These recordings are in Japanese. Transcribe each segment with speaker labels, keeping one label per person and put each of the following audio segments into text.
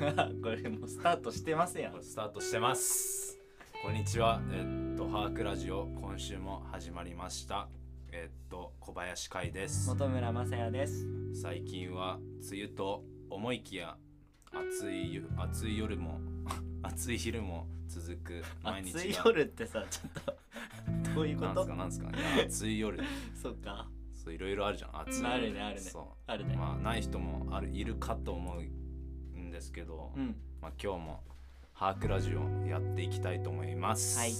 Speaker 1: スタートしてますやん
Speaker 2: スタートしてますこんにちはえっとハークラジオ今週も始まりましたえっと小林海です
Speaker 1: 本村正也です
Speaker 2: 最近は梅雨と思いきや暑いゆ暑い夜も 暑い昼も続く毎日が
Speaker 1: 暑い夜ってさちょっと どういうこ
Speaker 2: なん
Speaker 1: と
Speaker 2: すかなんすかいや暑い夜
Speaker 1: そうか
Speaker 2: そういろいろあるじゃん暑い
Speaker 1: あるねあるね
Speaker 2: そ
Speaker 1: ある
Speaker 2: う
Speaker 1: ね、
Speaker 2: まあない人もあるいるかと思うんですけど、
Speaker 1: うん
Speaker 2: まあ、今日もハークラジオやっていきたいと思います。
Speaker 1: はい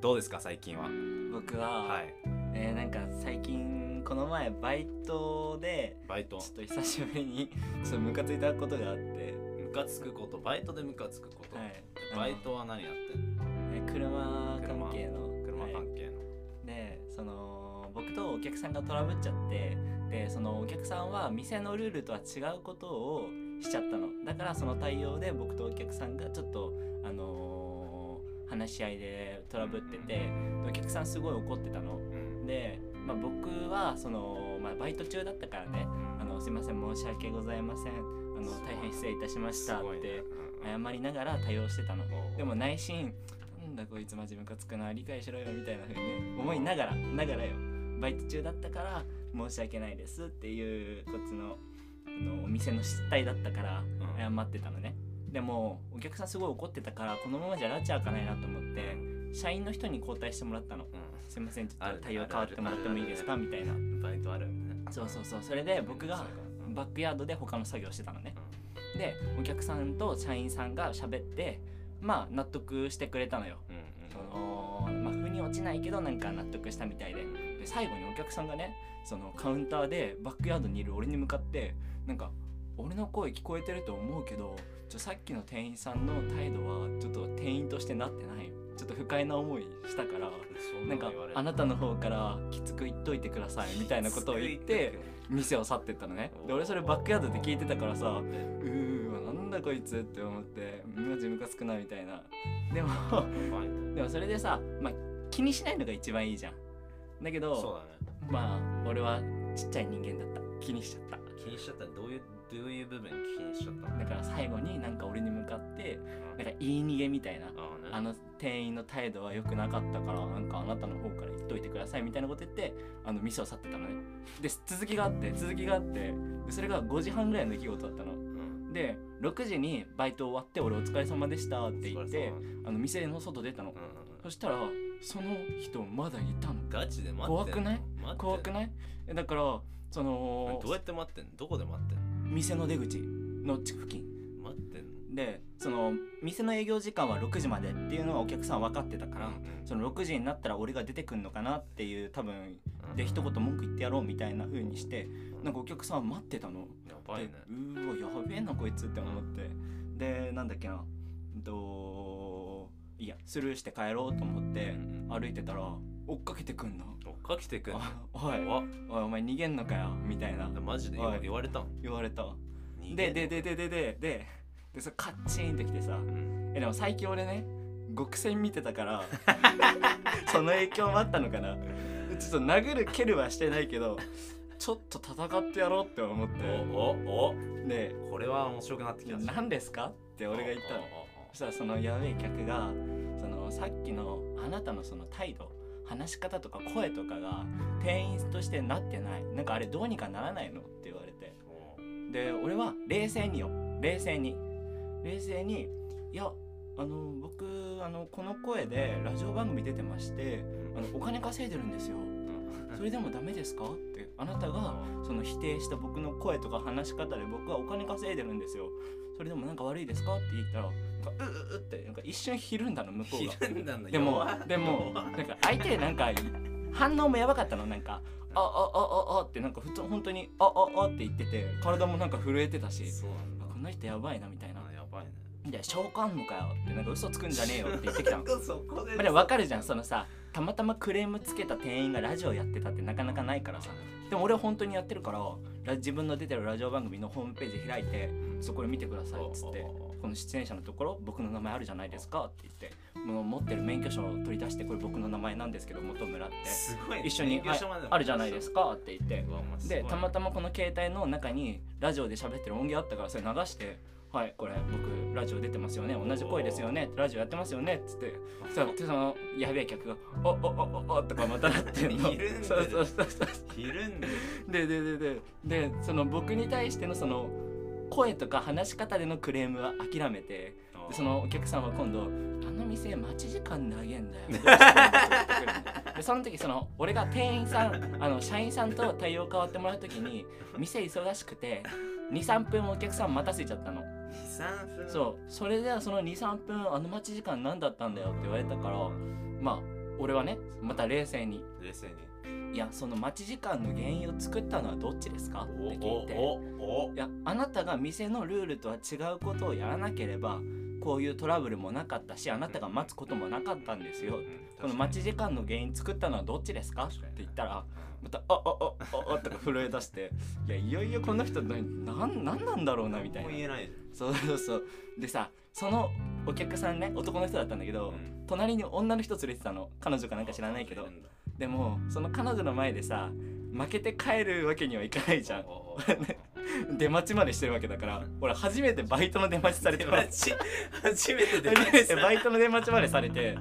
Speaker 2: どうですか最近は。
Speaker 1: 僕は、
Speaker 2: はい。
Speaker 1: えーなんか最近この前バイトで
Speaker 2: バイト
Speaker 1: ちょっと久しぶりにちょっとムカついたことがあって、
Speaker 2: ムカつくことバイトでムカつくこと。
Speaker 1: はい
Speaker 2: バイトは何やってんの？
Speaker 1: あのね車関係の
Speaker 2: 車
Speaker 1: はい
Speaker 2: 関係の。
Speaker 1: でその僕とお客さんがトラブっちゃってでそのお客さんは店のルールとは違うことをしちゃったのだからその対応で僕とお客さんがちょっとあのー話し合いでトラブっててでお客さんすごい怒ってたの
Speaker 2: うん
Speaker 1: で、まあ、僕はその、まあ、バイト中だったからね「あのすいません申し訳ございませんあの
Speaker 2: すごい
Speaker 1: 大変失礼いたしました」っ
Speaker 2: ね
Speaker 1: て
Speaker 2: うんうん
Speaker 1: 謝りながら対応してたの
Speaker 2: おう
Speaker 1: でも内心なんだこいつマジムカつくな理解しろよみたいな風にね思いながらながらよバイト中だったから申し訳ないですっていうこっちのあのお店の失態だったから
Speaker 2: うん
Speaker 1: 謝ってたのね、でもお客さんすごい怒ってたからこのままじゃラチ開かないなと思って社員の人に交代してもらったの
Speaker 2: う
Speaker 1: すいませんちょ
Speaker 2: あ
Speaker 1: っ
Speaker 2: る
Speaker 1: と対応変わってもらってもいいですかみたいなん
Speaker 2: バイトあるよね。
Speaker 1: そうそうそうそれで僕が
Speaker 2: うん
Speaker 1: バックヤードで他の作業してたのねでお客さんと社員さんが喋ってまあ納得してくれたのよ
Speaker 2: うん
Speaker 1: そのまあ腑に落ちないけどなんか納得したみたいでで最後にお客さんがねそのカウンターでバックヤードにいる俺に向かってなんか「俺の声聞こえてると思うけどちょさっきの店員さんの態度はちょっと店員としてなってないちょっと不快な思いしたから
Speaker 2: うん。
Speaker 1: なんかあなたの方からきつく言っといただいてください」みたいなことを言って。店を去ってったのねで俺それバックヤードで聞いてたからさうーわなんだこいつって思ってマジムカつくなみたいなでも
Speaker 2: バイト
Speaker 1: でもそれでさ、まあ、気にしないのが一番いいじゃんだけ
Speaker 2: そう
Speaker 1: ど
Speaker 2: だね。
Speaker 1: まあ俺はちっちゃい人間だった気にしちゃった
Speaker 2: 気にしちゃったどういうどういう部分気にしちゃったの？
Speaker 1: だから最後になんか俺に向かって
Speaker 2: うん
Speaker 1: なんか言い逃げみたいな
Speaker 2: あーね
Speaker 1: あの店員の態度は良くなかったからなんかあなたの方から言っといてくださいみたいなこと言ってあの店を去ってたのねで続きがあって続きがあってでそれが5時半ぐらいの出来事だったの
Speaker 2: うん
Speaker 1: で6時にバイト終わって俺お疲れ様でしたって言っ
Speaker 2: そりゃ
Speaker 1: て
Speaker 2: そうだね
Speaker 1: あの店の外出たの
Speaker 2: うんうんう
Speaker 1: そ
Speaker 2: ん
Speaker 1: したらその人まだいたの
Speaker 2: ガチで待ってんの
Speaker 1: 怖くない
Speaker 2: 待って
Speaker 1: 怖くないえだからその
Speaker 2: どうやって待ってんのどこで待ってんの
Speaker 1: 店の出口の付近
Speaker 2: 待ってんの
Speaker 1: でその店の営業時間は6時までっていうのはお客さん分かってたから、その6時になったら俺が出てくんのかなっていう多分で一言文句言ってやろうみたいな風にしてなんかお客さん待ってたの
Speaker 2: やばいね
Speaker 1: でうーわやべえなこいつって思って、でなんだっけなうんといやスルーして帰ろうと思って歩いてたら追っかけてくんの
Speaker 2: 追っかけてくんの
Speaker 1: あおい
Speaker 2: 怖っ
Speaker 1: おいお前逃げんのかよみたいな
Speaker 2: マジで
Speaker 1: おい
Speaker 2: 言われたの
Speaker 1: 言われた
Speaker 2: 逃げん
Speaker 1: で
Speaker 2: の
Speaker 1: でででででででそれカッチーンってきてさ
Speaker 2: うん
Speaker 1: えでも最近俺ね極戦見てたから その影響もあったのかなちょっと殴る蹴るはしてないけどちょっと戦ってやろうって思って
Speaker 2: おお
Speaker 1: で
Speaker 2: おこれは面白くなって
Speaker 1: 「い
Speaker 2: き
Speaker 1: や
Speaker 2: たし
Speaker 1: 何ですか?」って俺が言ったのそしたらそのやべえ客がそのさっきのあなたのその態度話し方とか声とかが店員としてなってないなんかあれどうにかならないのって言われて
Speaker 2: おおお
Speaker 1: で俺は冷静によ冷静に冷静にいやあの僕あのこの声でラジオ番組出てましてあのお金稼いでるんですよそれでもダメですかってあなたがその否定した僕の声とか話し方で僕はお金稼いでるんですよそれでもなんか悪いですかって言ったらなんかうううってなんか一瞬ひるんだの向こうが
Speaker 2: ひるんだんだ
Speaker 1: でも
Speaker 2: 弱っ
Speaker 1: でも
Speaker 2: 弱
Speaker 1: な
Speaker 2: っ
Speaker 1: んか相手なんか反応もやばかったのなんかあああああってなんか普通本当にあああって言ってて体もなんか震えてたし
Speaker 2: そうなんだ
Speaker 1: あこの人やばいなみたいな
Speaker 2: あやばいね
Speaker 1: で召喚のかよってなんか嘘つくんじゃねえよって言ってき たのま
Speaker 2: そこで
Speaker 1: あでもわかるじゃんそのさたまたまクレームつけた店員がラジオやってたってなかなかないからさでも俺は本当にやってるからラ自分の出てるラジオ番組のホームページ開いてそこで見てくださいっつってこの出演者のところ僕の名前あるじゃないですかって言ってもう持ってる免許証を取り出してこれ僕の名前なんですけど本村って
Speaker 2: すごいね
Speaker 1: 一緒に
Speaker 2: 勉強しまで
Speaker 1: あるじゃないですかって言って
Speaker 2: うわお前すごい
Speaker 1: でたまたまこの携帯の中にラジオで喋ってる音源あったからそれ流してはいこれ僕ラジオ出てますよね同じ声ですよねラジオやってますよね」っつってそそのやべえ客が「おおおおお」とかまたなってんの
Speaker 2: いるんだ
Speaker 1: そうそうそうそう
Speaker 2: ひるんでる
Speaker 1: でででででその僕に対してのその声とか話し方でのクレームは諦めてでそのお客さんは今度「あの店待ち時間長え んだよ」どうしたんだって言ってくるのでその時その俺が店員さんあの社員さんと対応変わってもらう時に店忙しくて23分お客さん待たせちゃったの
Speaker 2: 23分う
Speaker 1: そうそれではその23分あの待ち時間何だったんだよって言われたからまあ俺はねまた冷静に
Speaker 2: 冷静に
Speaker 1: いやその待ち時間の原因を作ったのはどっちですかって聞いて
Speaker 2: おおお
Speaker 1: いやあなたが店のルールとは違うことをやらなければこういうトラブルもなかったしあなたが待つこともなかったんですよこの待ち時間の原因作ったのはどっちですかって言ったらまた「あああああ」とか震え出していやいよいよこの人何なんなんなんだろうなみたいな
Speaker 2: も言えないじ
Speaker 1: そうそうそうでさそのお客さんね男の人だったんだけ
Speaker 2: ゃ
Speaker 1: ど、
Speaker 2: んうん
Speaker 1: 隣に女の人連れてたの彼女かなんか知らないけどでもその彼女の前でさ負けて帰るわけにはいかないじゃ
Speaker 2: おおお
Speaker 1: ん出待ちまでしてるわけだから俺初めてバイトの出待ちされて
Speaker 2: 出
Speaker 1: ま
Speaker 2: 待
Speaker 1: す
Speaker 2: ち初めて出
Speaker 1: 初
Speaker 2: 待
Speaker 1: め
Speaker 2: ち
Speaker 1: てバイトの出待ちまでされて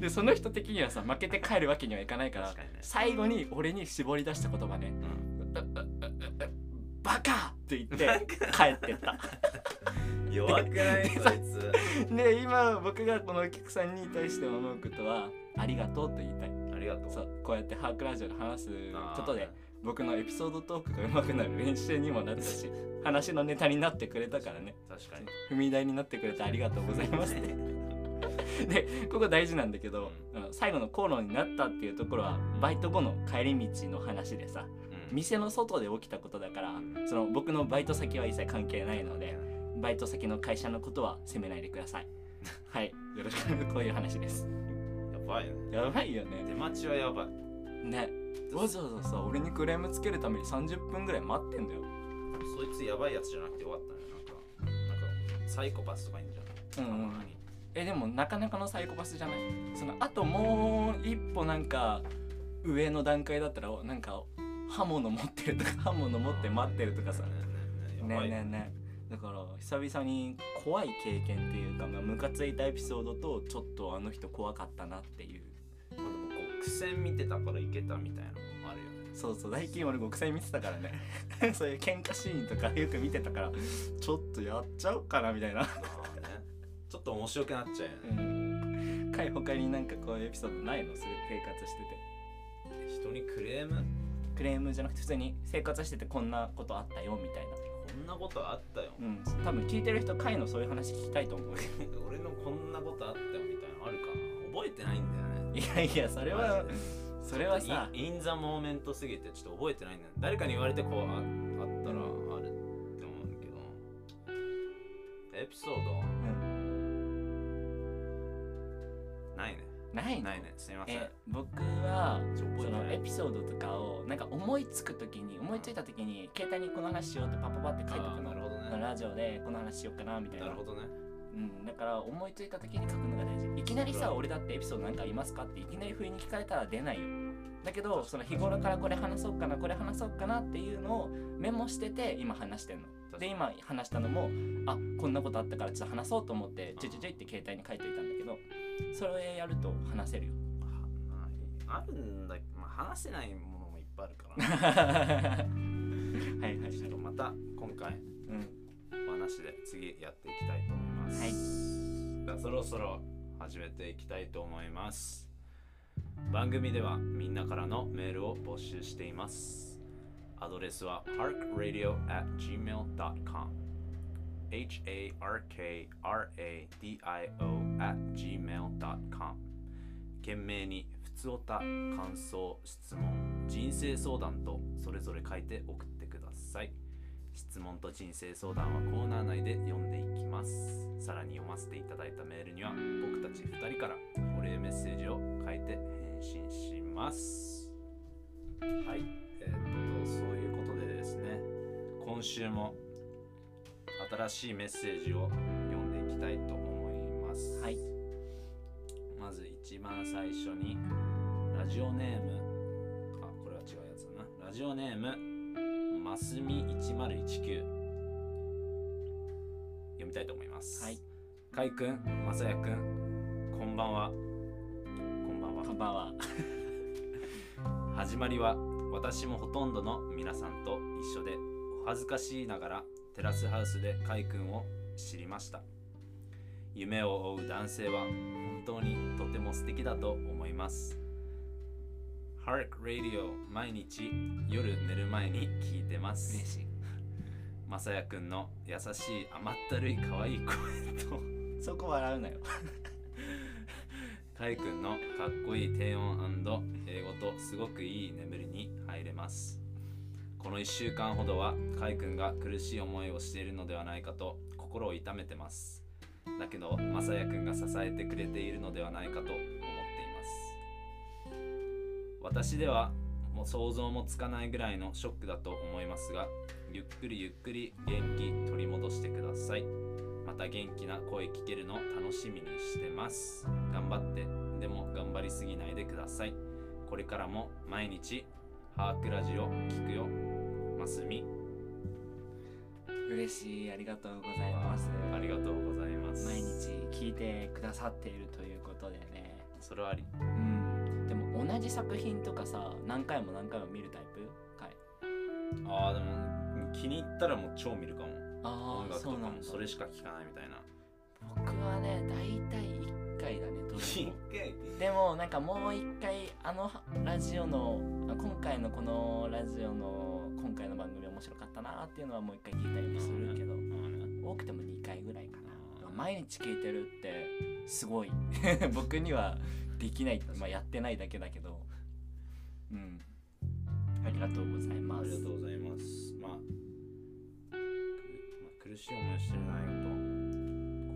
Speaker 1: でその人的にはさ負けて帰るわけにはいかないから
Speaker 2: 確かにね
Speaker 1: 最後に俺に絞り出した言葉ね「バカ!」って言って帰って った
Speaker 2: うん弱く ないそいつ
Speaker 1: で今僕がこのお客さんに対して思うことは「ありがとう」と言いたい
Speaker 2: ありがとう
Speaker 1: そうこうやってハークラジオで話す
Speaker 2: あー
Speaker 1: ことで僕のエピソードトークが上手くなる練習にもなったし話のネタになってくれたからね
Speaker 2: 確かに
Speaker 1: 踏み台になってくれてありがとうございますねでここ大事なんだけど、あの最後の口論になったっていうところはバイト後の帰り道の話でさ
Speaker 2: ミス
Speaker 1: 店の外で起きたことだから
Speaker 2: うん
Speaker 1: その僕のバイト先は一切関係ないのでバイト先の会社のことは責めないでくださいはいよろしくこういう話です
Speaker 2: やばいね
Speaker 1: やばいよね
Speaker 2: 出待ちはやばい
Speaker 1: ねわざわざさ俺にクレームつけるために30分ぐらい待ってんだよ
Speaker 2: そいつやばいやつじゃなくて終わったねなんかなんかサイコパスとかいいんじゃない
Speaker 1: うんうんうんえでもなかなかのサイコパスじゃないそのあともう一歩なんか上の段階だったらおなんか刃物持ってるとか 刃物持って待ってるとかさ
Speaker 2: ね
Speaker 1: ね
Speaker 2: えねえ
Speaker 1: え
Speaker 2: ねえやばい
Speaker 1: ねえねえだから久々に怖い経験っていうかまあムカついたエピソードとちょっとあの人怖かったなっていう
Speaker 2: まあでもこう苦戦見てたからいけたみたいなのもあるよ ね
Speaker 1: そうそう最近俺極戦見てたからねそういう喧嘩シーンとかよく見てたからちょっとやっちゃおうかなみたいな
Speaker 2: まあねちょっと面白くなっちゃうよね
Speaker 1: うん、 かい他になんかこういうエピソードないのそういう生活してて
Speaker 2: 人にクレーム
Speaker 1: クレームじゃなくて普通に生活しててこんなことあったよみたい
Speaker 2: こんなことあったよ
Speaker 1: な、うん、多分聞いてる人かいのそういう話聞きたい と思うよ
Speaker 2: 俺のこんなことあったよみたいなのあるかな覚えてないんだよね
Speaker 1: いやいやそれは
Speaker 2: マジで
Speaker 1: それはさ
Speaker 2: インインザモーメントすぎてちょっと覚えてないんだよね誰かに言われてこうああったらあるって思うんだけどエピソード
Speaker 1: うん
Speaker 2: ないね
Speaker 1: ないの
Speaker 2: ないねすいません
Speaker 1: え僕は
Speaker 2: ちょ
Speaker 1: そ
Speaker 2: 覚えて
Speaker 1: の
Speaker 2: ない
Speaker 1: エピソードとかをなんか思いつく時に思いついた時に携帯にこの話しようってパパパって書いて
Speaker 2: あ
Speaker 1: く
Speaker 2: ー
Speaker 1: る
Speaker 2: なるほど
Speaker 1: の
Speaker 2: ね
Speaker 1: ラジオでこの話しようかなみたいな
Speaker 2: なるほどね
Speaker 1: うん、だから思いついた時に書くのが大事いきなりさ俺だってエピソードなんかありますかっていきなり不意に聞かれたら出ないよだけどその日頃からこれ話そうかなこれ話そうかなっていうのをメモしてて今話してんので今話したのもあこんなことあったからちょっと話そうと思ってちょいちょいちょいって携帯に書いといたんだけどそれやると話せる よ
Speaker 2: はないあるんだけど、まあ、話せないものもいっぱいある から
Speaker 1: はいはいはい、
Speaker 2: ちょっとまた今回
Speaker 1: うん、
Speaker 2: お話で次やっていきたいと思います、
Speaker 1: はい
Speaker 2: じゃあそろそろ始めていきたいと思います番組ではみんなからのメールを募集していますアドレスは harkradio.gmail.com harkradio.gmail.com 懸命に「ふつおた」「感想」「質問」「人生相談」とそれぞれ書いて送ってください質問と人生相談はコーナー内で読んでいきますさらに読ませていただいたメールには僕たち2人からお礼メッセージを書いて返信しますはいえーっとそういうことでですね今週も新しいメッセージを読んでいきたいと思います
Speaker 1: はい
Speaker 2: まず一番最初にラジオネームあこれは違うやつだなラジオネームますみ1019読みみたいと思います。
Speaker 1: はい。
Speaker 2: かいくん、まさやくん、こんばんは。こんばんは
Speaker 1: こ。んばんは。
Speaker 2: 始まりは私もほとんどの皆さんと一緒でお恥ずかしいながらテラスハウスでカイ君を知りました夢を追う男性は本当にとても素敵だと思いますハーク・ラディオ毎日夜寝る前に聞いてます
Speaker 1: 嬉しい。
Speaker 2: まさやくんの優しい甘ったるい可愛い声と
Speaker 1: そこ笑うなよ。
Speaker 2: カイ君のかっこいい低音英語とすごくいい眠りに入れますこの1週間ほどはカイ君が苦しい思いをしているのではないかと心を痛めてますだけどマサヤ君が支えてくれているのではないかと思っています私ではもう想像もつかないぐらいのショックだと思いますがゆっくりゆっくり元気取り戻してくださいまた元気な声聞けるの楽しみにしてます頑張ってでも頑張りすぎないでくださいこれからも毎日ハークラジオ聞くよますみ
Speaker 1: 嬉しい。ありがとうございます。
Speaker 2: ありがとうございます
Speaker 1: 毎日聞いてくださっているということでね。
Speaker 2: それはあり
Speaker 1: うん。でも同じ作品とかさ、何回も何回も見るタイプかい。
Speaker 2: ああでも気に入ったらもう超見るかも
Speaker 1: あ
Speaker 2: 音
Speaker 1: あ、
Speaker 2: 楽と
Speaker 1: そう
Speaker 2: か
Speaker 1: な
Speaker 2: も
Speaker 1: んだ。
Speaker 2: それしか聞かないみたいな
Speaker 1: 僕はね、大体1回だね、どれも。
Speaker 2: 回
Speaker 1: でもなんかもう一回あのラジオのあ今回のこのラジオの今回の番組面白かったなっていうのはもう一回聞いたりもするけど 多くても2回ぐらいかな
Speaker 2: うん
Speaker 1: 毎日聞いてるってすごい 僕にはできない、まあ、やってないだけだけどうんありがとうござい
Speaker 2: あ
Speaker 1: ま
Speaker 2: り
Speaker 1: す
Speaker 2: がとうございますまあ、くまあ苦しい思いをしてるないと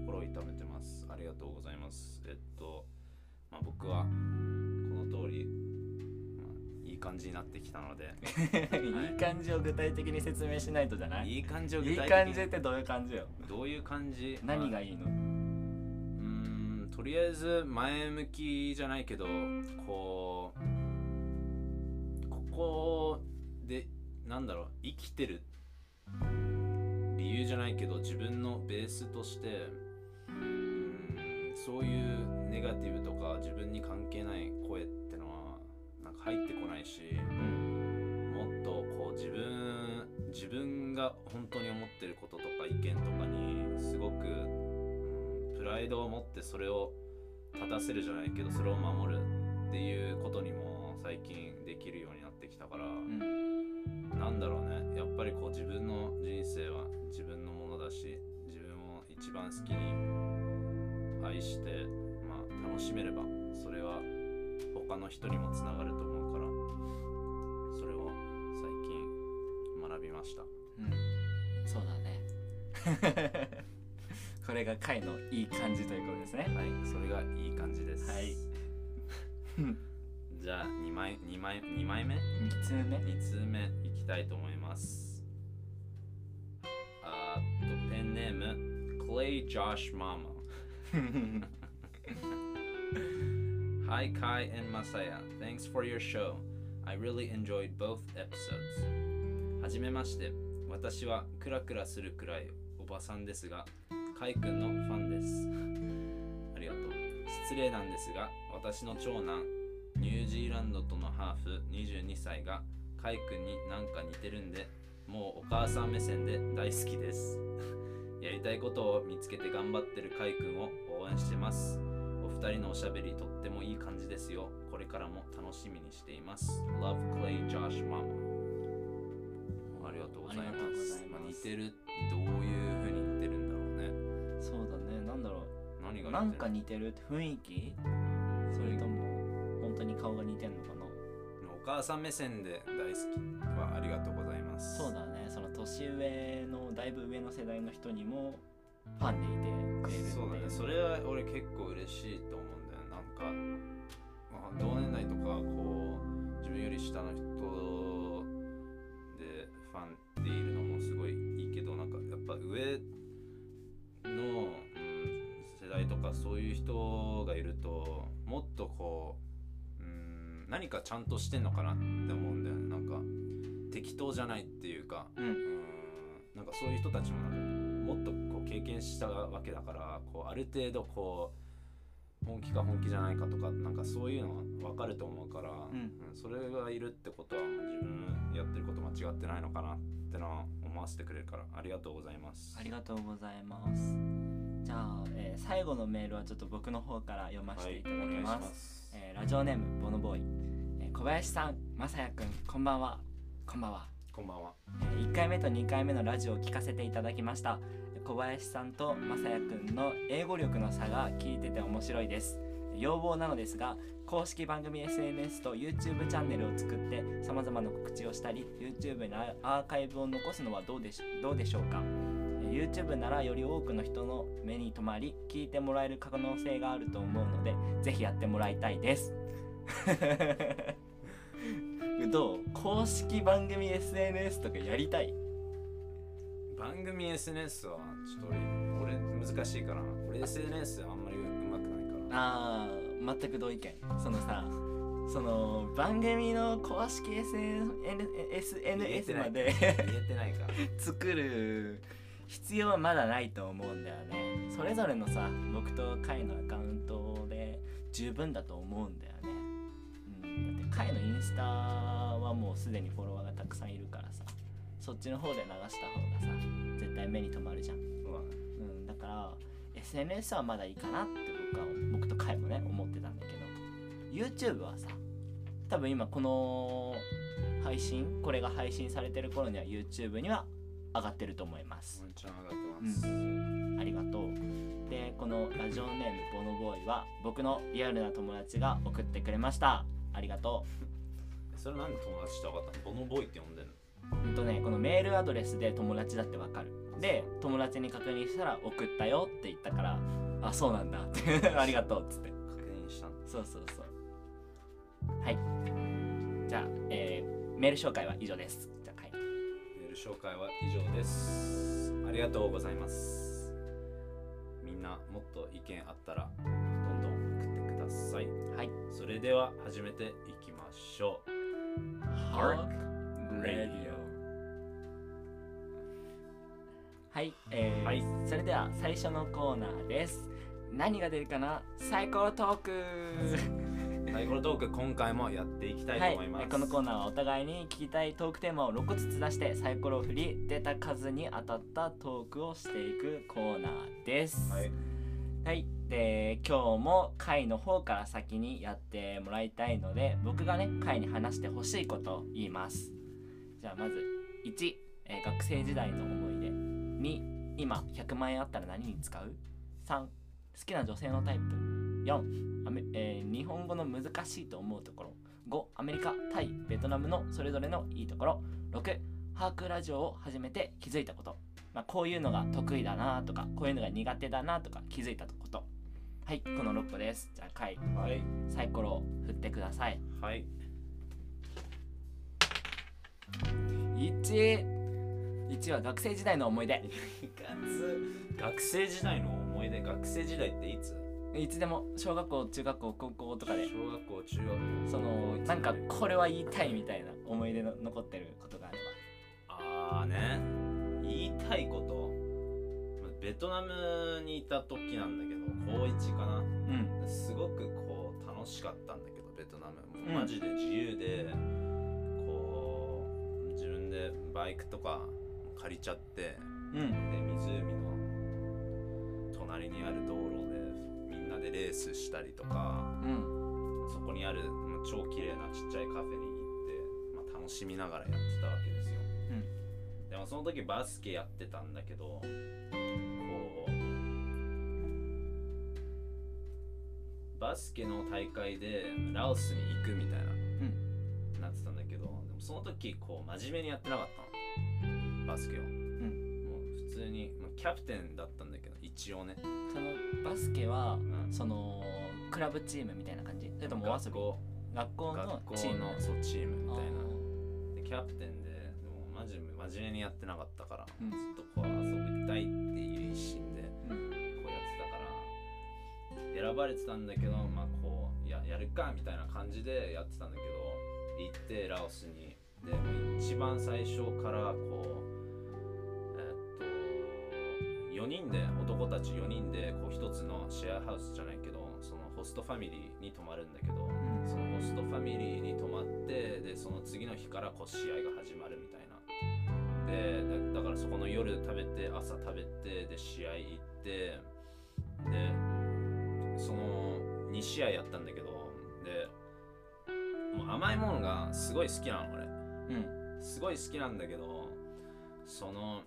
Speaker 2: 心を痛めてますありがとうございますえっとまあ僕はこの通り、まあ、いい感じになってきたので
Speaker 1: いい感じを具体的に説明しないとじゃない
Speaker 2: いい感じを
Speaker 1: い
Speaker 2: 具
Speaker 1: い
Speaker 2: 体
Speaker 1: 感
Speaker 2: 的
Speaker 1: じ
Speaker 2: に
Speaker 1: ってどういう感じよ
Speaker 2: どういう感じ
Speaker 1: 何が
Speaker 2: まあ
Speaker 1: いいの
Speaker 2: うーんとりあえず前向きじゃないけどこうここでなんだろう生きてる理由じゃないけど自分のベースとしてうーんそういうネガティブとか自分に関係ない声ってのはなんか入ってこないし
Speaker 1: うん
Speaker 2: もっとこう自分自分が本当に思ってることとか意見とかにすごく、うん、プライドを持ってそれを立たせるじゃないけどそれを守るっていうことにも最近できるようになってきたから、
Speaker 1: うん
Speaker 2: なんだろうねやっぱりこう自分の人生は自分のものだし自分を一番好きに愛して、まあ、楽しめればそれは他の人にもつながると思うからそれを最近学びました
Speaker 1: うん、そうだね。 これが回のいい感じということですね。
Speaker 2: はいそれがいい感じです、
Speaker 1: はい
Speaker 2: じゃあ2枚2枚2枚目
Speaker 1: 三つ 目。
Speaker 2: 2通目いきたいと思いますあーっとペンネーム Clay Josh Mama Hi Kai and Masaya, thanks for your show. I really enjoyed both episodes. はじめまして、私はクラクラするくらいおばさんですが、カイくんのファンです。ありがとう。失礼なんですが、私の長男、ニュージーランドとのハーフ22歳がカイくんになんか似てるんで、もうお母さん目線で大好きです。やりたいことを見つけて頑張ってるカイくんを応援してます。お二人のおしゃべりとってもいい感じですよ。これからも楽しみにしています。Love Clay Josh Mama。ありがとうございま
Speaker 1: あ
Speaker 2: す
Speaker 1: りがとうござい
Speaker 2: まあ
Speaker 1: ま
Speaker 2: 似
Speaker 1: す。
Speaker 2: てるどういうふうに似てるんだろうね
Speaker 1: そうだね。なんだろ
Speaker 2: 何
Speaker 1: う。
Speaker 2: が
Speaker 1: なん
Speaker 2: 似て
Speaker 1: か
Speaker 2: る
Speaker 1: 似てる雰囲気？それとも本当に顔が似てんのか
Speaker 2: お
Speaker 1: な？
Speaker 2: 母さん目線で大好きはありがとうございます
Speaker 1: そうだね。その年上のだいぶ上の世代の人にもファンでいてくれる っていう。
Speaker 2: そうだねそれは俺結構嬉しいと思うんだよなんか、まあ、同年代とかこう自分より下の人でファンでいるのもすごいいいけどなんかやっぱ上の、うん、世代とかそういう人がいるともっとこう、うん、何かちゃんとしてんのかなって思うんだよねなんか適当じゃないっていうか
Speaker 1: うん。
Speaker 2: うんなんかそういう人たちもなんかもっとこう経験したわけだからこうある程度こう本気か本気じゃないかとかなんかそういうのは分かると思うから、
Speaker 1: ん
Speaker 2: うんそれがいるってことはもう自分やってること間違ってないのかなってのは思わせてくれるからありがとうございます。
Speaker 1: ありがとうございますじゃあ、えー最後のメールはちょっと僕の方から読ませていただき
Speaker 2: はいお
Speaker 1: ま
Speaker 2: 願い
Speaker 1: す
Speaker 2: します
Speaker 1: えーラジオネームボノボーイ、えー小林さんまさやくんこんばんはこんばんは、
Speaker 2: こんばんは。
Speaker 1: えー1回目と2回目のラジオを聞かせていただきました小林さんとまさやくんの英語力の差が聞いてて面白いです要望なのですが公式番組 SNS と YouTube チャンネルを作ってさまざまな告知をしたり YouTube にアアーカイブを残すのはどうでしどうでしょうかえー YouTube ならより多くの人の目に留まり聞いてもらえる可能性があると思うのでぜひやってもらいたいです どう公式番組 SNS とかやりたい
Speaker 2: 番組 SNS はちょっと俺俺難しいから俺 SNS あんまりうまくないから
Speaker 1: あー全く同意見そのさその番組の公式 SN SNS まで
Speaker 2: 言えてないから
Speaker 1: 作る必要はまだないと思うんだよねそれぞれのさ僕とカイのアカウントで十分だと思うんだよね、うん、だってカイのインスタはもうすでにフォロワーがたくさんいるからさそっちの方で流した方がさ絶対目に留まるじゃん、
Speaker 2: そうだね
Speaker 1: うん、だから SNS はまだいいかなって僕は僕とカイもね思ってたんだけど YouTube はさ多分今この配信これが配信されてる頃には YouTube には上がってると思います
Speaker 2: ワンチャン上がってます、
Speaker 1: ありがとうでこのラジオネームボノボーイは僕のリアルな友達が送ってくれましたありがと
Speaker 2: それなんで友達と上がったのボノボーイって呼んでんの
Speaker 1: ううんとねこのメールアドレスで友達だってわかるで友達に確認したら送ったよって言ったからあそうなんだって ありがとうっつって
Speaker 2: 確認したの
Speaker 1: そうそうそうはいじゃあ、えーメール紹介は以上ですじゃあはい
Speaker 2: メール紹介は以上ですありがとうございますみんなもっと意見あったらどんどん送ってください
Speaker 1: はい
Speaker 2: それでは始めていきましょう Hark Radio
Speaker 1: はい、えー
Speaker 2: はい
Speaker 1: それでは最初のコーナーです何が出るかなサイコロトーク
Speaker 2: サイコロトーク今回もやっていきたいと思います、
Speaker 1: はい、このコーナーはお互いに聞きたいトークテーマを6個ずつ出してサイコロを振り出た数に当たったトークをしていくコーナーです
Speaker 2: はい、
Speaker 1: はい、で今日も会の方から先にやってもらいたいので僕がね会に話してほしいことを言いますじゃあまず1、えー学生時代の思い出2今100万円あったら何に使う3好きな女性のタイプ4アメ、えー日本語の難しいと思うところ5アメリカタイベトナムのそれぞれのいいところ6ハークラジオを始めて気づいたことまあ、こういうのが得意だなとかこういうのが苦手だなとか気づいたことはいこの6個ですじゃあ回
Speaker 2: はい
Speaker 1: サイコロを振ってください
Speaker 2: はい、
Speaker 1: 11は学生時代の思い出
Speaker 2: 学生時代の思い出学生時代っていつ
Speaker 1: いつでも小学校中学校高校とかで
Speaker 2: 小学校中学校
Speaker 1: そのなんかこれは言いたいみたいな思い出の残ってることがあれ
Speaker 2: ああね言いたいことまベトナムにいた時なんだけど高1か
Speaker 1: ばうん
Speaker 2: なすごくこう楽しかったんだけどベトナムも
Speaker 1: うん
Speaker 2: うマジで自由で、こう自分でバイクとか借りちゃって
Speaker 1: うん
Speaker 2: で湖の隣にある道路でみんなでレースしたりとか
Speaker 1: うん
Speaker 2: そこにあるまあ超綺麗なちっちゃいカフェに行って、まあ、楽しみながらやってたわけですよ、でもその時バスケやってたんだけどこうバスケの大会でラオスに行くみたいな、なってたんだけどでもその時こう真面目にやってなかったのバスケを、もう普通に、まあ、キャプテンだったんだけど一応ね、
Speaker 1: そのバスケは
Speaker 2: うん
Speaker 1: そのクラブチームみたいな感じそれともお遊
Speaker 2: 学
Speaker 1: び
Speaker 2: 校
Speaker 1: 学校の
Speaker 2: 学校
Speaker 1: チーム
Speaker 2: のそうチームみたいな
Speaker 1: あ
Speaker 2: で
Speaker 1: ー
Speaker 2: キャプテンででもマジ真面目にやってなかったから、
Speaker 1: うん
Speaker 2: ずっとこう遊びたいっていう一心で
Speaker 1: う
Speaker 2: こうや
Speaker 1: ん
Speaker 2: ってたから選ばれてたんだけどまあこうややるかみたいな感じでやってたんだけど行ってラオスにでもう一番最初からこうえーっ4人で男たち4人でこう一つのシェアハウスじゃないけどそのホストファミリーに泊まるんだけど
Speaker 1: ん
Speaker 2: そのホストファミリーに泊まってでその次の日からこう試合が始まるみたいなでだだからそこの夜食べて朝食べてで試合行ってでその2試合やったんだけどでもう甘いものがすごい好きなの俺
Speaker 1: うん
Speaker 2: すごい好きなんだけどその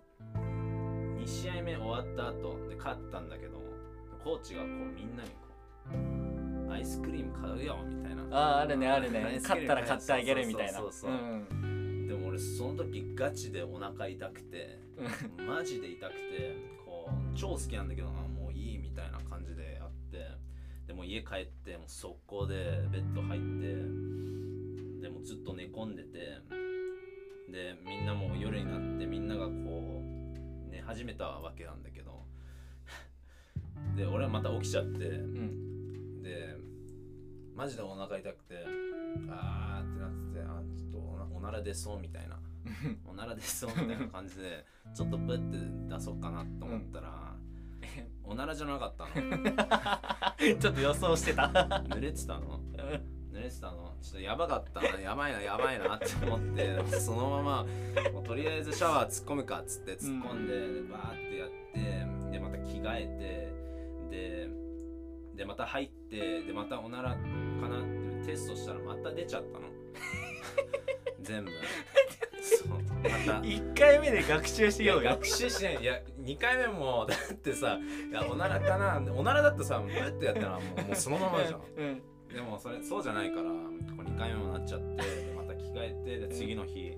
Speaker 2: 2試合目終わった後で勝ったんだけどコーチがこうみんなにこう「アイスクリーム買うよ」みたいな
Speaker 1: あああるねある
Speaker 2: アイ
Speaker 1: ね
Speaker 2: スクリーム
Speaker 1: 勝ったら買ってあげるみたいな
Speaker 2: そうそうそううんでも俺その時ガチでお腹痛くてマジで痛くてこう超好きなんだけどなもういいみたいな感じでやってでもう家帰ってもう速攻でベッド入ってでもうずっと寝込んでてでみんなもう夜になってみんながこう寝始めたわけなんだけど で俺はまた起きちゃって
Speaker 1: うんうん
Speaker 2: でマジでお腹痛くてあーってなっててあちょっとおなおなら出そうみたいなおなら出そうみたいな感じでちょっとブッて出そうかなと思ったら、おならじゃなかったの
Speaker 1: ちょっと予想してた
Speaker 2: 濡れてたの濡れてたのちょっとやばかったなやばいなやばいなって思ってそのままもうとりあえずシャワー突っ込むかっつって突っ込んで,、でバーってやってでまた着替えてででまた入ってでまたおならかなってテストしたらまた出ちゃったの全部そうまた
Speaker 1: 一回目で学習し
Speaker 2: いや
Speaker 1: ようよ
Speaker 2: 学習しないいや2回目もだってさいやおならかなおならだとさブッてやったらもうもうそのままじゃん
Speaker 1: うん
Speaker 2: でもそれそうじゃないからこう2回目もなっちゃってでまた着替えてで次の日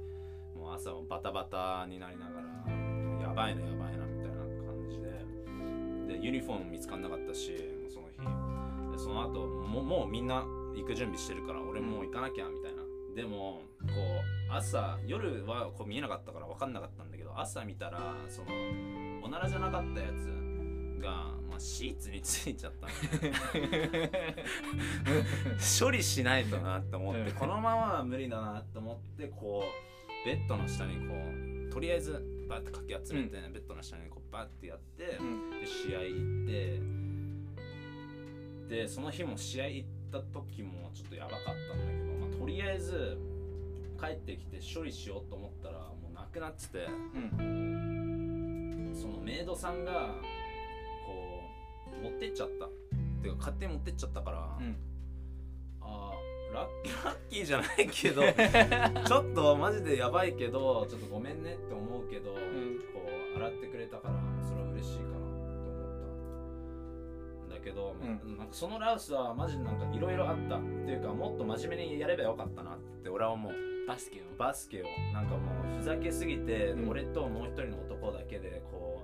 Speaker 2: もう朝もバタバタになりながらやばいなやばいなみたいな感じででユニフォームも見つかんなかったしもうその日でその後もうもうみんな行く準備してるから俺もう行かなきゃみたいなでもこう朝夜はこう見えなかったから分かんなかったんだけど朝見たらそのおならじゃなかったやつが、まあ、シーツについちゃったの処理しないとなって思って、
Speaker 1: うん
Speaker 2: このままは無理だなって思ってこうベッドの下にこうとりあえずバッてかき集めて、ベッドの下にこうバッてやって、
Speaker 1: うん
Speaker 2: で試合行ってでその日も試合行った時もちょっとやばかったんだけど、まあ、とりあえず帰ってきて処理しようと思ったらもうなくなってて
Speaker 1: うん
Speaker 2: そのメイドさんがこう持ってっちゃったっていうか勝手に持ってっちゃったから。
Speaker 1: うん
Speaker 2: あーラッキ ーラッキーじゃないけ どちょっとマジでやばいけどちょっとごめんねって思うけど、こう洗ってくれたからそれは嬉しいかなと思っただけど、
Speaker 1: うん
Speaker 2: なんかそのラウスはマジでなんかいろいろあったっていうかもっと真面目にやればよかったなって俺は思う
Speaker 1: バスケを
Speaker 2: バスケをなんかもうふざけすぎて、
Speaker 1: うん
Speaker 2: 俺ともう一人の男だけでこ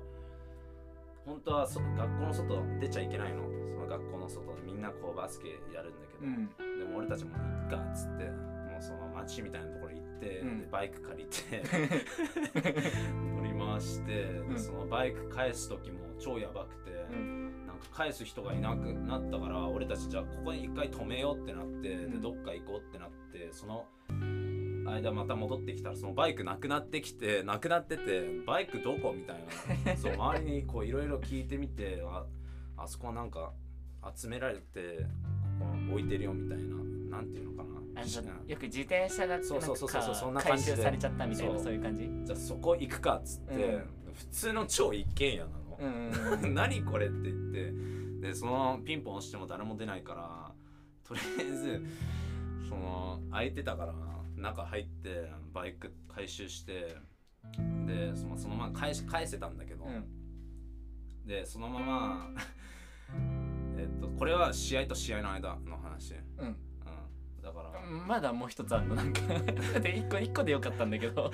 Speaker 2: う本当はそ学校の外出ちゃいけないのその学校の外でみんなこうバスケやるんだけど、
Speaker 1: うん
Speaker 2: でも俺たちも行っかっつってもうその街みたいなところ行って、
Speaker 1: うん
Speaker 2: でバイク借りて 乗り回して、で
Speaker 1: うん
Speaker 2: そのバイク返す時も超やばくて、なんか返す人がいなくなったから俺たちじゃあここに一回止めようってなって、
Speaker 1: うん
Speaker 2: でどっか行こうってなってその間また戻ってきたらそのバイクなくなってきてなくなっててバイクどこみたい なそう周りにこういろいろ聞いてみてああそこはなんか集められてここ置いてるよみたいななんていうのか
Speaker 1: あ
Speaker 2: な
Speaker 1: の
Speaker 2: じゃ
Speaker 1: よく自転車がなん
Speaker 2: そうそうそうそうそん
Speaker 1: か
Speaker 2: な感
Speaker 1: 回
Speaker 2: じで
Speaker 1: 収されちゃったみたいな
Speaker 2: そう
Speaker 1: そういう感じ
Speaker 2: あそこ行くかっつって、
Speaker 1: うん
Speaker 2: 普通の超一軒家なの。
Speaker 1: うんうんうん
Speaker 2: 何これって言ってでそのピンポン押しても誰も出ないからとりあえずその空いてたから中入ってバイク回収してでそのそのまま返し返せたんだけど、
Speaker 1: うん
Speaker 2: でそのまま えっとこれは試合と試合の間の話、うん、
Speaker 1: うん
Speaker 2: だから、
Speaker 1: まだもう一つあるのなんか で一個一個でよかったんだけど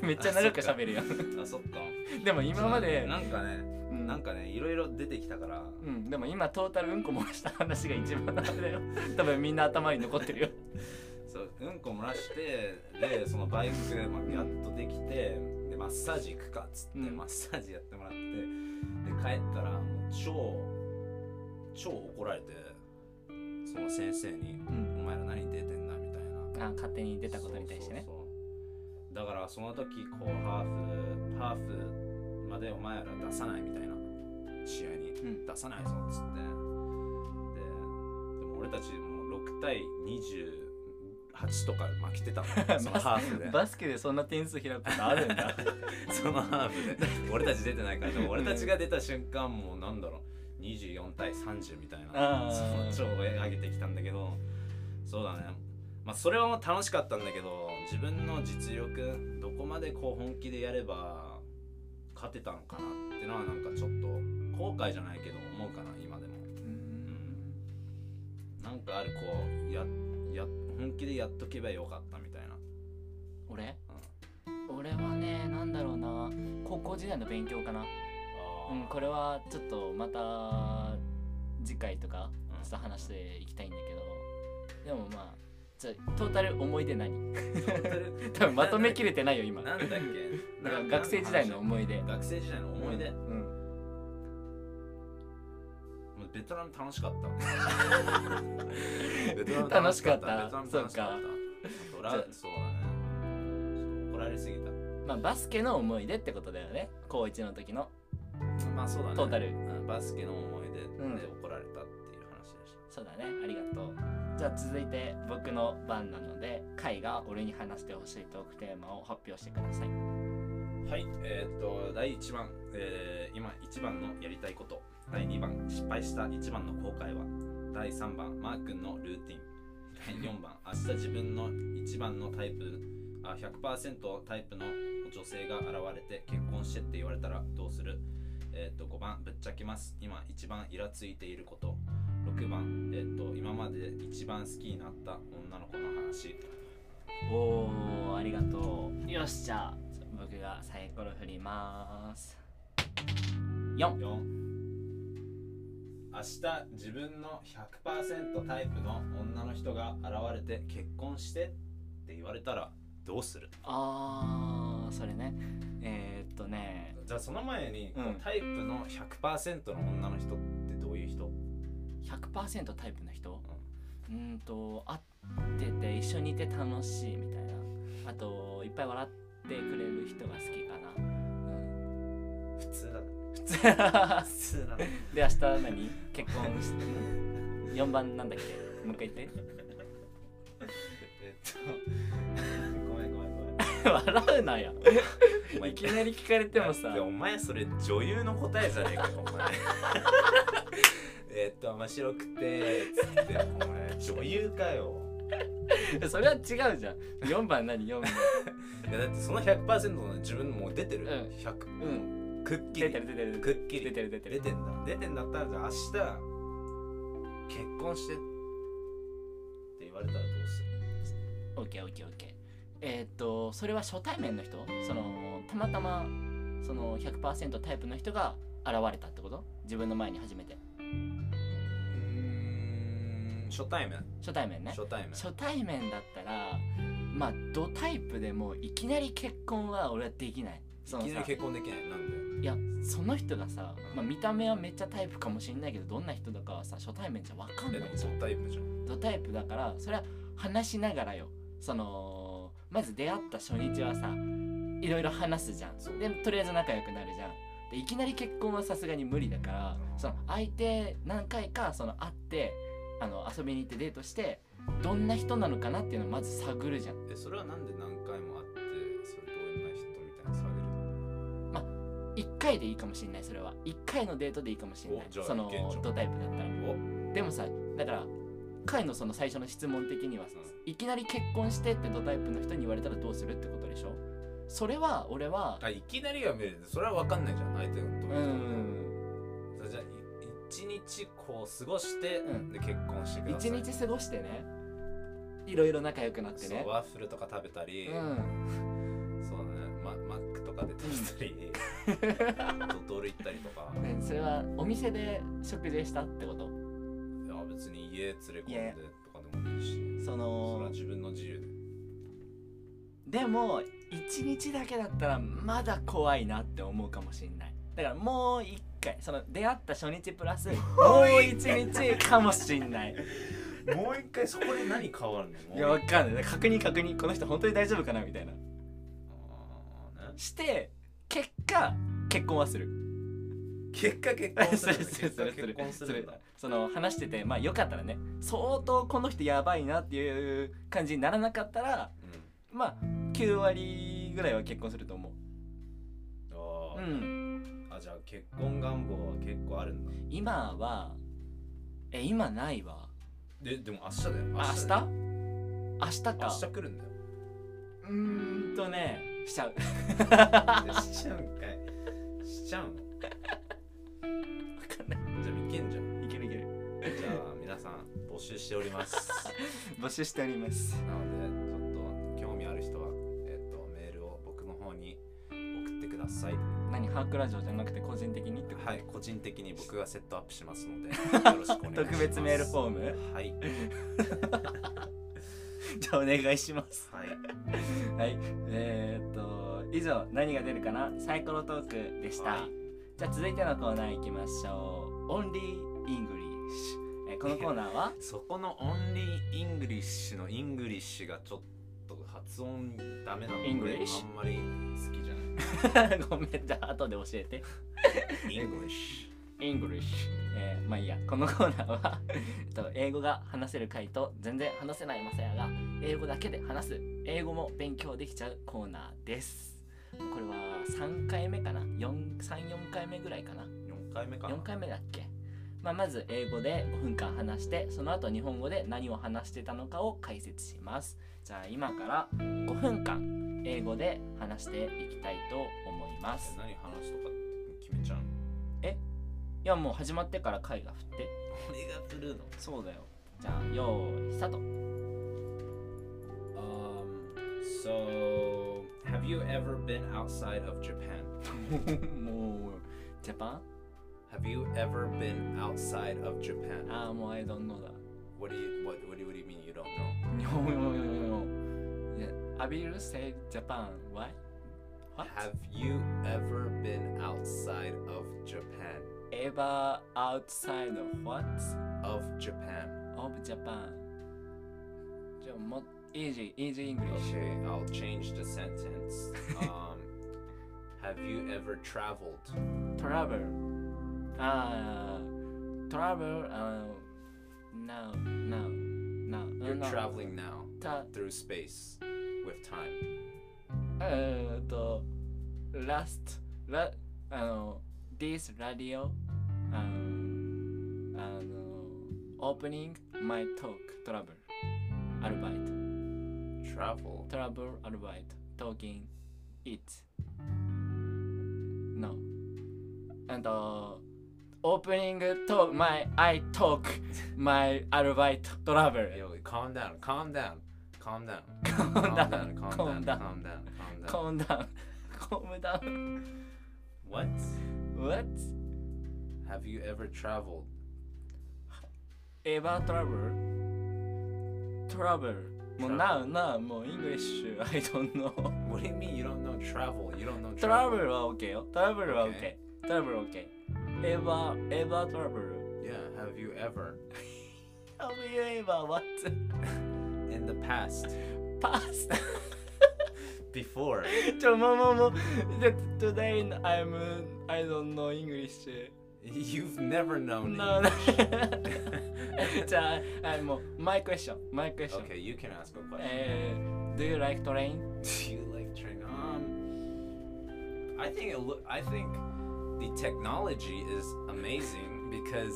Speaker 1: めっちゃ長く喋るやん
Speaker 2: あそっか
Speaker 1: でも今まで
Speaker 2: なんかね
Speaker 1: うん
Speaker 2: なんかねいろいろ出てきたから、
Speaker 1: うんでも今トータルうんこ漏らした話が一番あれだよ 多分みんな頭に残ってるよ
Speaker 2: そううんこ漏らしてでそのバイクがまあやっとできてでマッサージ行くかっつって、
Speaker 1: うん
Speaker 2: マッサージやってもらってで帰ったらもう超超怒られてその先生に「
Speaker 1: う
Speaker 2: お
Speaker 1: ん
Speaker 2: 前ら何出てんだ」みたいな
Speaker 1: あ勝手に出たことに対してね
Speaker 2: そうそうそうだからその時こうハーフハーフまでお前ら出さないみたいな試合に
Speaker 1: うん
Speaker 2: 出さないぞっつってででも俺たちもう6対28とか負けて たのそのハーフで
Speaker 1: バスケでそんな点数開くことあるんだ
Speaker 2: そのハーフで俺たち出てないからでも俺たちが出た瞬間もうなんだろう24対30みたい
Speaker 1: あ
Speaker 2: なそ
Speaker 1: ー
Speaker 2: の超上げてきたんだけどそうだねまあそれはもう楽しかったんだけど自分の実力どこまでこう本気でやれば勝てたのかなってのはなんかちょっと後悔じゃないけど思うかな今でも
Speaker 1: うん
Speaker 2: なんかあるこうやや本気でやっとけばよかったみたいな
Speaker 1: 俺俺はねなんだろうな高校時代の勉強かな
Speaker 2: あ
Speaker 1: うん、これはちょっとまた次回とか
Speaker 2: うん
Speaker 1: ちょっと話していきたいんだけどでもまあじゃあトータル思い出何多分まとめきれてないよ今
Speaker 2: なんだっけ
Speaker 1: だから学生時代の思い出
Speaker 2: 学生時代の思い出、
Speaker 1: う
Speaker 2: も
Speaker 1: ん
Speaker 2: うベトナム楽しかった ベト
Speaker 1: 楽しかった
Speaker 2: ベトナム楽しかった
Speaker 1: そ
Speaker 2: ドラそうだねそう怒られすぎた
Speaker 1: うんまあバスケの思い出ってことだよね高1の時の
Speaker 2: まあそうだね
Speaker 1: トータル
Speaker 2: うんバスケの思い出で
Speaker 1: ん
Speaker 2: 怒られたっていう話でし
Speaker 1: そうだねありがとうじゃあ続いて僕の番なのでカイが俺に話してほしいトークテーマを発表してください
Speaker 2: たはいえーっと第1番、えー今1番のやりたいこと第2番失敗した1番の後悔は第3番マー君のルーティン第4番明日自分の一番のタイプあ100%タイプの女性が現れて結婚してって言われたらどうするえっ、と5番ぶっちゃけます今一番イラついていること6番えっ、と今まで一番好きになった女の子の話
Speaker 1: おーありがとうよしじゃあ僕がサイコロ振ります4
Speaker 2: 4明日自分の100%タイプの女の人が現れて結婚してって言われたらどうする
Speaker 1: あーそれねえー、っとね
Speaker 2: じゃあその前に、
Speaker 1: うん
Speaker 2: タイプの100%の女の人ってどういう人
Speaker 1: 100%タイプの人うーんと会ってて一緒にいて楽しいみたいなあといっぱい笑ってくれる人が好きかな、うん
Speaker 2: 普通だね
Speaker 1: 普通
Speaker 2: 普通だ ね
Speaker 1: で明日何結婚して4番なんだっけもう一回言って
Speaker 2: えっとごめんごめんごめん
Speaker 1: 笑うなよ
Speaker 2: お前
Speaker 1: いきなり聞かれてもさ
Speaker 2: だってお前それ女優の答えじゃねえかよ お前えっと面白くてつってお前女優かよ
Speaker 1: それは違うじゃん4番何4番
Speaker 2: いやだってその100%の自分もう出てる、
Speaker 1: うん
Speaker 2: 100
Speaker 1: うん
Speaker 2: くっき
Speaker 1: 出
Speaker 2: り
Speaker 1: てる出てる
Speaker 2: くっきり
Speaker 1: 出てる出てる
Speaker 2: 出てんだ出てんだったらじゃあ明日結婚してって言われたらどうする
Speaker 1: オッケーオッケーオッケーえーっとそれは初対面の人そのたまたまその100%タイプの人が現れたってこと自分の前に初めて
Speaker 2: うん初対面
Speaker 1: 初対面ね
Speaker 2: 初対面
Speaker 1: 初対面だったらまあドタイプでもいきなり結婚は俺はできないそ
Speaker 2: い
Speaker 1: の
Speaker 2: きな
Speaker 1: さ
Speaker 2: り結婚できないなんで
Speaker 1: いやその人がさ、まあ、見た目はめっちゃタイプかもしれないけどどんな人だかはさ初対面じゃ分かん
Speaker 2: え
Speaker 1: な
Speaker 2: で
Speaker 1: い
Speaker 2: も
Speaker 1: じゃん
Speaker 2: 初対面じゃん
Speaker 1: ドタイプだからそれは話しながらよそのまず出会った初日はさいろいろ話すじゃ
Speaker 2: そうん
Speaker 1: でとりあえず仲良くなるじゃんでいきなり結婚はさすがに無理だから
Speaker 2: うん
Speaker 1: その相手何回かその会ってあの遊びに行ってデートしてどんな人なのかなっていうのをまず探るじゃん
Speaker 2: えそれはなんで何回も会ってそれどういうな人みたいな下げる
Speaker 1: 1回でいいかもしれないそれは1回のデートでいいかもしれない
Speaker 2: おじゃあ
Speaker 1: その
Speaker 2: いけんじゃん
Speaker 1: ドタイプだったら
Speaker 2: お
Speaker 1: でもさだから回のその最初の質問的にはさ、いきなり結婚してってドタイプの人に言われたらどうするってことでしょそれは俺は
Speaker 2: あいきなりは無理でそれは分かんないじゃん相手の
Speaker 1: う
Speaker 2: と
Speaker 1: んうん
Speaker 2: それじゃあい一日こう過ごして、
Speaker 1: うん
Speaker 2: で結婚してくださ
Speaker 1: 一
Speaker 2: い
Speaker 1: 日過ごしてねいろいろ仲良くなって
Speaker 2: そ
Speaker 1: ね
Speaker 2: うワッフルとか食べたり、
Speaker 1: うん
Speaker 2: そうだねママックとかで食べ たり、ドトール行ったりとかい
Speaker 1: ねそれはお店で食事したってこと
Speaker 2: や別に家連れ込んでとかでもいいし
Speaker 1: そ
Speaker 2: それは
Speaker 1: の
Speaker 2: 自分の自由で
Speaker 1: でも一日だけだったらまだ怖いなって思うかもしれないだからもう一回その出会った初日プラスもう一日かもしんない
Speaker 2: もう一回そこで何変わるの
Speaker 1: いや、わかんない。確認確認。この人本当に大丈夫かなみたいな。
Speaker 2: あーね
Speaker 1: して、結果、結婚はする。
Speaker 3: 結果結婚するんだ
Speaker 1: それ
Speaker 3: 結
Speaker 1: そ
Speaker 3: 果
Speaker 1: れ それ
Speaker 3: 結婚するんだ
Speaker 1: その話しててまあよかったらね相当この人やばいなっていう感じにならなかったら
Speaker 3: うん
Speaker 1: まあ9割ぐらいは結婚すると思
Speaker 3: あ
Speaker 1: う、う
Speaker 3: ー
Speaker 1: ん、
Speaker 3: あじゃあ結婚願望は結構あるんだ
Speaker 1: 今はえ今ないわ
Speaker 3: ででも明日だよ明
Speaker 1: あ
Speaker 3: だよ
Speaker 1: 明日明日か
Speaker 3: 明日来るんだよ
Speaker 1: うーんとねしちゃう
Speaker 3: でしちゃうんかいしちゃうのじゃあいけんじゃん
Speaker 1: いけるいける
Speaker 3: じゃあ皆さん募集しております
Speaker 1: 募集しております
Speaker 3: なのでちょっと興味ある人は、えっとメールを僕の方に送ってください
Speaker 1: 何ハークラジオじゃなくて個人的にってこと
Speaker 3: はい個人的に僕がセットアップしますのでよろしくお願いします
Speaker 1: 特別メールフォーム
Speaker 3: はい
Speaker 1: じゃあお願いします
Speaker 3: はい
Speaker 1: はい、えー、っと以上何が出るかなサイコロトークでした、
Speaker 3: はい
Speaker 1: じゃあ続いてのコーナー行きましょうオンリーイングリッシュ、えーこのコーナーは
Speaker 2: そこのオンリーイングリッシュのイングリッシュがちょっと発音ダメなのであ
Speaker 1: English？
Speaker 2: んまり好きじゃな
Speaker 1: ごめんじゃあ後で教えて
Speaker 2: い。イングリッシ
Speaker 1: イングリッシュ、えーまあいいやこのコーナーは えっと英語が話せる回と全然話せないマサヤが英語だけで話す英語も勉強できちゃうコーナーですこれは3回目かな34回目ぐらいかな
Speaker 2: ュ。4回目かな
Speaker 1: 4回目だっけ、まあ、まず英語で5分間話してその後日本語で何を話してたのかを解説しますじゃあ今から5分間英語で話していきたいと思います
Speaker 2: 何話すとか決めちゃうの
Speaker 1: いやもう始まってから回が振って
Speaker 2: 俺が振るの
Speaker 1: そうだよじゃあよーいスタート
Speaker 2: Um, so, have you ever been outside of Japan?
Speaker 1: もうジャパン
Speaker 2: Have you ever been outside of Japan?
Speaker 1: ああもう I don't know だ
Speaker 2: What do you what what do you, what do you mean you don't know?
Speaker 1: 日本語よよよよ Have you said Japan? Why? What?
Speaker 2: Have you ever been outside of Japan?
Speaker 1: Ever outside of what?
Speaker 2: Of Japan.
Speaker 1: of Japan じゃあも easy easy English
Speaker 2: Okay, I'll change the sentence. Um, have you ever traveled?
Speaker 1: travel あー travel あー now now now
Speaker 2: You're
Speaker 1: うん now
Speaker 2: traveling now
Speaker 1: た
Speaker 2: through space with time.
Speaker 1: えーっと eh, last らあの this radio あのあの opening my talk travel アルバイト
Speaker 2: Travel.
Speaker 1: travel アルバイト talking it no and uh, opening talk my I talk my アルバイト travel
Speaker 2: Yo, calm down. Calm down. Calm down. Calm down.
Speaker 1: calm down
Speaker 2: Calm
Speaker 1: calm
Speaker 2: down. Calm
Speaker 1: down
Speaker 2: down. Calm down.
Speaker 1: calm down calm down
Speaker 2: What?
Speaker 1: what
Speaker 2: Have you ever traveled?
Speaker 1: ever travel travel もう
Speaker 2: Travel.
Speaker 1: now now もう English I don't know
Speaker 2: What do you mean you don't know travel? You don't know travel.
Speaker 1: travel は OK よ travel は OK
Speaker 2: Okay.
Speaker 1: travel OK ever ever travel
Speaker 2: Yeah, have you ever?
Speaker 1: Have you ever what?
Speaker 2: In the past.
Speaker 1: Past?
Speaker 2: Before.
Speaker 1: ちょ、もうもうもう。で Today I'm I don't know English.
Speaker 2: You've never known
Speaker 1: No,
Speaker 2: it.
Speaker 1: no. じゃあ、あもう、my question, my question.
Speaker 2: Okay, you can ask a question.
Speaker 1: えー do you like train?
Speaker 2: Do you like train? Um, I think it look. I think the technology is amazing because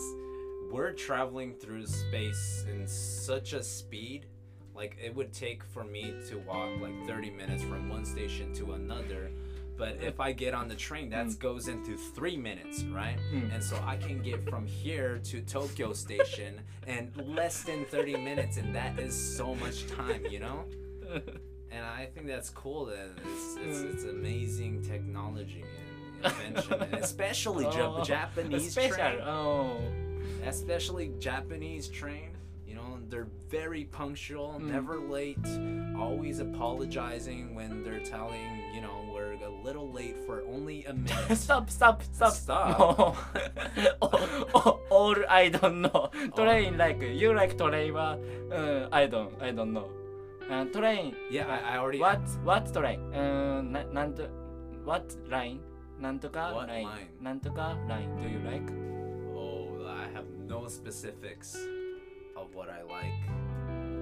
Speaker 2: we're traveling through space in such a speed. Like it would take for me to walk like 30 minutes from one station to another. But if I get on the train, that goes into three minutes, right? And so I can get from here to Tokyo Station in less than 30 minutes, and that is so much time, you know? And I think that's cool. That it's, it's,
Speaker 1: Mm.
Speaker 2: it's amazing technology and invention, and especially
Speaker 1: Oh,
Speaker 2: Jap- Japanese
Speaker 1: special.
Speaker 2: train.
Speaker 1: Oh.
Speaker 2: Especially Japanese train. You know, they're very punctual, never late, always apologizing when they're telling you know we're a little late for only a minute.
Speaker 1: Stop, stop, stop.
Speaker 2: Stop.
Speaker 1: もう all I don't know. Train like, you like train は、うん、I don't, I don't know. あ train
Speaker 2: yeah, I, I already.
Speaker 1: What what train? うーんななんと What line? なんとか
Speaker 2: What
Speaker 1: LINE
Speaker 2: line？
Speaker 1: なんとか LINE Do you like?
Speaker 2: Oh, I have no specifics of what I like,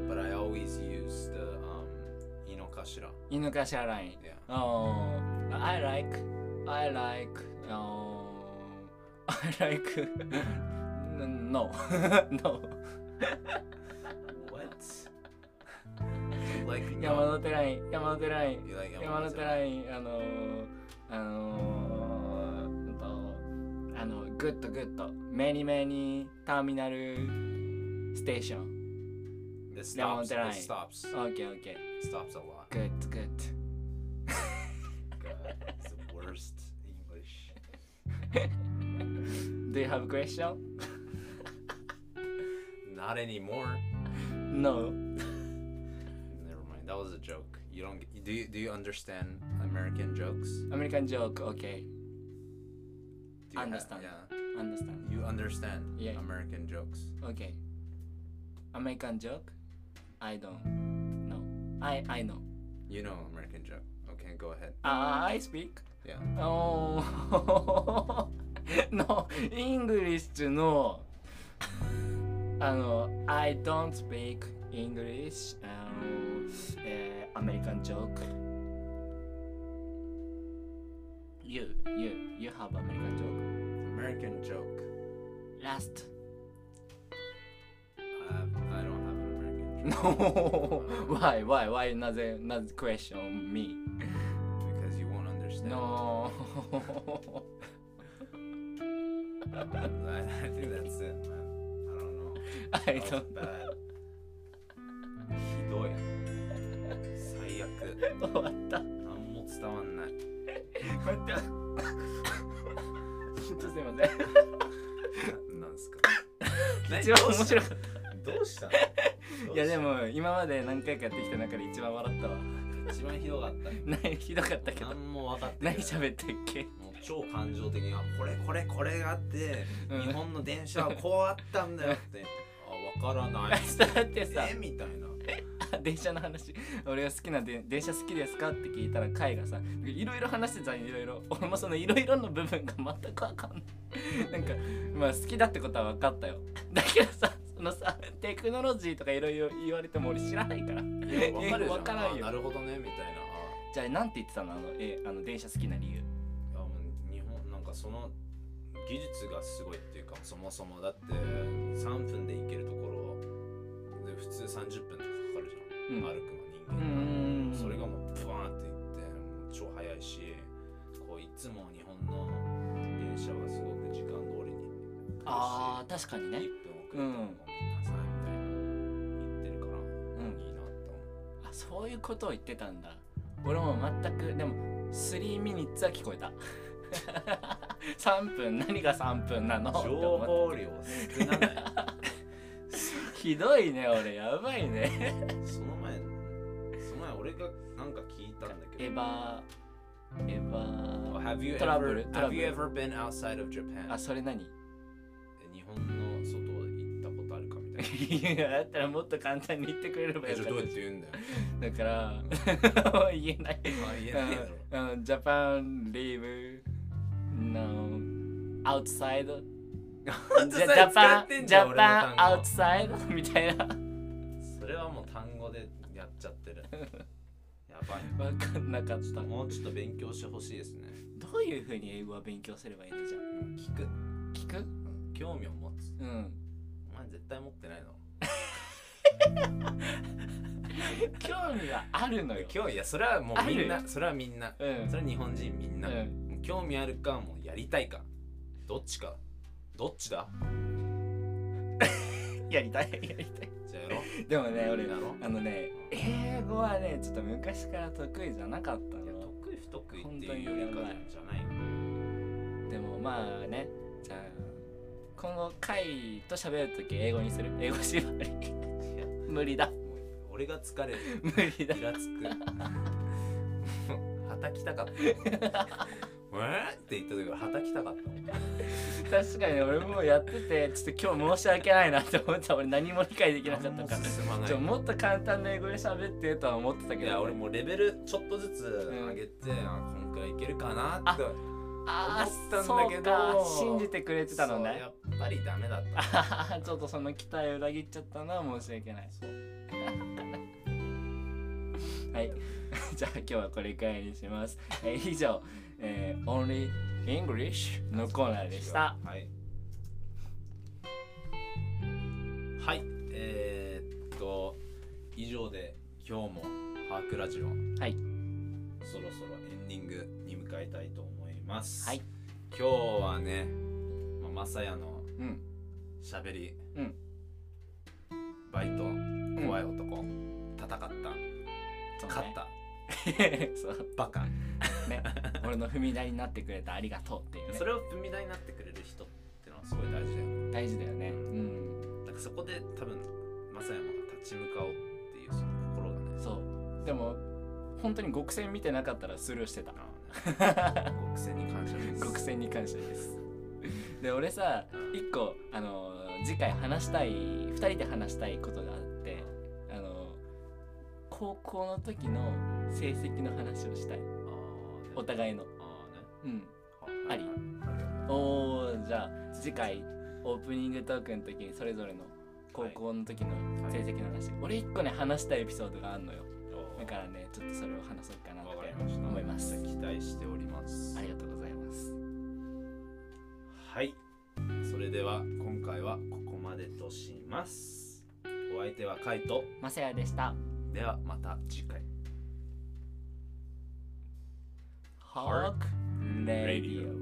Speaker 2: but I always use the um, inokashira.
Speaker 1: 犬かしら LINE
Speaker 2: Yeah.
Speaker 1: ああ I like I like ああ I like No No
Speaker 2: What? You like
Speaker 1: 山
Speaker 2: no.
Speaker 1: 手ライン山手ライン
Speaker 2: You like
Speaker 1: 山手
Speaker 2: Yamanote
Speaker 1: ラ
Speaker 2: line?
Speaker 1: インあのー、あのー、うんとあのグッドグッドメニメニターミナルステーション
Speaker 2: It stops.
Speaker 1: Yamanote line.
Speaker 2: It stops.
Speaker 1: オッケーオッケ
Speaker 2: It stops a lot.
Speaker 1: ーグッドグッ
Speaker 2: God, it's the worst English.
Speaker 1: ド Do you have a question?
Speaker 2: Not anymore.
Speaker 1: No
Speaker 2: Never mind. That was a joke. You don't. get- Do you, do you understand American jokes?
Speaker 1: アメリカンジョーク OK
Speaker 2: Do you ha-
Speaker 1: Understand.
Speaker 2: yeah.
Speaker 1: アンダスタン
Speaker 2: You understand
Speaker 1: Yeah.
Speaker 2: American jokes.
Speaker 1: OK アメリカンジョーク I don't know I, I know
Speaker 2: You know American joke. Okay, go ahead.
Speaker 1: Ah, I speak
Speaker 2: Yeah.
Speaker 1: Oh, no, English no. あの、I don't speak English. あの、えー、アメリカンジョーク。You, you, you have American joke.
Speaker 2: American joke.
Speaker 1: Last.
Speaker 2: I, have, I don't have an American joke
Speaker 1: No. Why, why, why? なぜ、なぜ question me?
Speaker 2: because you won't understand.
Speaker 1: No.
Speaker 2: I, I think that's it, man. I don't know. That was
Speaker 1: I don't.
Speaker 2: bad. ひどい。最悪。
Speaker 1: 終わった。
Speaker 2: 何も伝わんない。
Speaker 1: 待って。 ちょっとすいません。
Speaker 2: なんすか。
Speaker 1: 一番面白かっ
Speaker 2: どうしたの
Speaker 1: た。いやで。も今まで何回かやってきた中で一番笑 ったわ。
Speaker 2: どうした一番ひどかった。
Speaker 1: ないひどかったけど。
Speaker 2: 何も分かってない
Speaker 1: 何。喋ったっけ？
Speaker 2: もう超感情的にはこれこれこれがあって、
Speaker 1: うん
Speaker 2: 日本の電車はこうあったんだよって。あ、わからない。
Speaker 1: だってさ
Speaker 2: え、みたいな。
Speaker 1: 電車の話。俺が好きなで電車好きですかって聞いたらカイがさ、いろいろ話してたんいろいろ。俺もそのいろいろの部分が全くわ かんない。なんかまあ好きだってことは分かったよ。だけどさ。そのさテクノロジーとかいろいろ言われても俺知らないから
Speaker 2: いやわかるじゃん
Speaker 1: わからんよ
Speaker 2: あなるほどねみたいな
Speaker 1: じゃあなんて言ってたのあのえあの電車好きな理由
Speaker 2: あいやもう日本なんかその技術がすごいっていうかそもそもだって3分で行けるところで普通30分とかかかるじゃん、
Speaker 1: うん
Speaker 2: 歩く
Speaker 1: う
Speaker 2: の人間、
Speaker 1: ん
Speaker 2: それがもうブワーって行ってもう超速いしこういつも日本の電車はすごく時間通りに来るし
Speaker 1: あー確かにね
Speaker 2: 1分遅れてもごめんなさいみたいな言ってるから、
Speaker 1: ん
Speaker 2: いいなと思う
Speaker 1: あそういうことを言ってたんだ俺も全くでも3ミニッツは聞こえた 3分何が3分なのって
Speaker 2: 情
Speaker 1: 思っ
Speaker 2: 報量少なない
Speaker 1: たひどいね俺やばいね
Speaker 2: その前その前俺がなんか聞いたんだけ
Speaker 1: エヴ
Speaker 2: ど
Speaker 1: ァエヴ
Speaker 2: Have you
Speaker 1: トラブル
Speaker 2: ever
Speaker 1: トラ
Speaker 2: Have
Speaker 1: ブル
Speaker 2: you ever been outside of
Speaker 1: ァあ
Speaker 2: Japan?
Speaker 1: それ何
Speaker 2: 日本の外行ったことあるかみたいな
Speaker 1: いやだったらもっと簡単に言ってくれれ ば
Speaker 2: え
Speaker 1: よ
Speaker 2: じ
Speaker 1: か
Speaker 2: ゃ
Speaker 1: っ
Speaker 2: あどうやって言うんだよ
Speaker 1: ただからもう 言えない
Speaker 2: あ言えないだろ
Speaker 1: うんうんジャパンリーブ No outside ジャ パンジャパンアウトサイド みたいな
Speaker 2: それはもう単語でやっちゃって るやばい
Speaker 1: 分かんなかったど
Speaker 2: もうちょっと勉強してほしいですね
Speaker 1: ういう風に英語は勉強すればいいんじゃん
Speaker 2: 聞く
Speaker 1: 聞く
Speaker 2: 興味を持つ
Speaker 1: うん
Speaker 2: お前絶対持ってないの
Speaker 1: 興味はあるのよ
Speaker 2: 興味いやそれはもうみん
Speaker 1: あ
Speaker 2: なそれはみんな
Speaker 1: うん
Speaker 2: それは日本人みん
Speaker 1: う
Speaker 2: な、
Speaker 1: ん
Speaker 2: もう興味あるかもうやりたいかどっちかどっちだ
Speaker 1: やりたいやりた
Speaker 2: じゃあやろう
Speaker 1: いでもね俺
Speaker 2: やろう
Speaker 1: あのね英語はねちょっと昔から得意じゃなかった
Speaker 2: いや
Speaker 1: の
Speaker 2: 得意不得意っていうよりか
Speaker 1: 本当にやばい
Speaker 2: じゃない
Speaker 1: でもまあねじゃあ今後会と喋るとき英語にする英語縛り無理だ
Speaker 2: もう俺が疲れる
Speaker 1: 無理だ
Speaker 2: イラつくはたきたかったえーって言った時ははたきたかったもん
Speaker 1: 確かに俺もやっててちょっと今日申し訳ないなって思った俺何も理解できなかった
Speaker 2: 何
Speaker 1: か
Speaker 2: も進ま
Speaker 1: ら
Speaker 2: な
Speaker 1: ちょ
Speaker 2: い
Speaker 1: もっと簡単な英語で喋ってとは思ってたけど
Speaker 2: いや俺もうレベルちょっとずつ上げて、あこんくらいいけるかなって
Speaker 1: あ
Speaker 2: 思ったんだけど
Speaker 1: そうか信じてくれてたの
Speaker 2: そう
Speaker 1: ね
Speaker 2: やっぱりダメだった
Speaker 1: ちょっとその期待を裏切っちゃったのは申し訳ない
Speaker 2: そう
Speaker 1: はい じゃあ今日はこれくらいにします、えー以上、えー Only English のコーナーでした
Speaker 2: はいはいえー、っと以上で今日もハークラジオ
Speaker 1: はい
Speaker 2: そろそろエンディングに向かいたいと思います
Speaker 1: はい
Speaker 2: 今日はね、まあ、まさやの
Speaker 1: うん
Speaker 2: しゃべり、
Speaker 1: うん
Speaker 2: バイト
Speaker 1: ん
Speaker 2: 怖い男、戦った
Speaker 1: そうね
Speaker 2: 勝った
Speaker 1: そう
Speaker 2: バカ
Speaker 1: ね俺の踏み台になってくれたありがとうっていう、ね、
Speaker 2: それを踏み台になってくれる人ってのはすごい大事だよね
Speaker 1: 大事だよねうん
Speaker 2: だからそこで多分正山が立ち向かおうっていうその心がね
Speaker 1: そうでも本当に極戦見てなかったらスルーしてた
Speaker 2: あのね極戦に感謝です
Speaker 1: 極戦に感謝ですで俺さ一個あのー次回話したい2人で話したいことがあってあのー高校の時の成績の話をしたい
Speaker 2: あーね
Speaker 1: お互いの
Speaker 2: あ
Speaker 1: うん
Speaker 2: ーね
Speaker 1: ありおーじゃあ次回オープニングトークの時にそれぞれの高校の時の成績の話、俺一個ね話したいエピソードがあるのよだからねちょっとそれを話そうかなっ
Speaker 2: わかり
Speaker 1: て
Speaker 2: ました
Speaker 1: 思います
Speaker 2: 期待しております
Speaker 1: ありがとうございます
Speaker 2: はいそれでは今回はここまでとしますお相手はカイト
Speaker 1: まさやでした
Speaker 2: ではまた次回
Speaker 1: ハークレディオ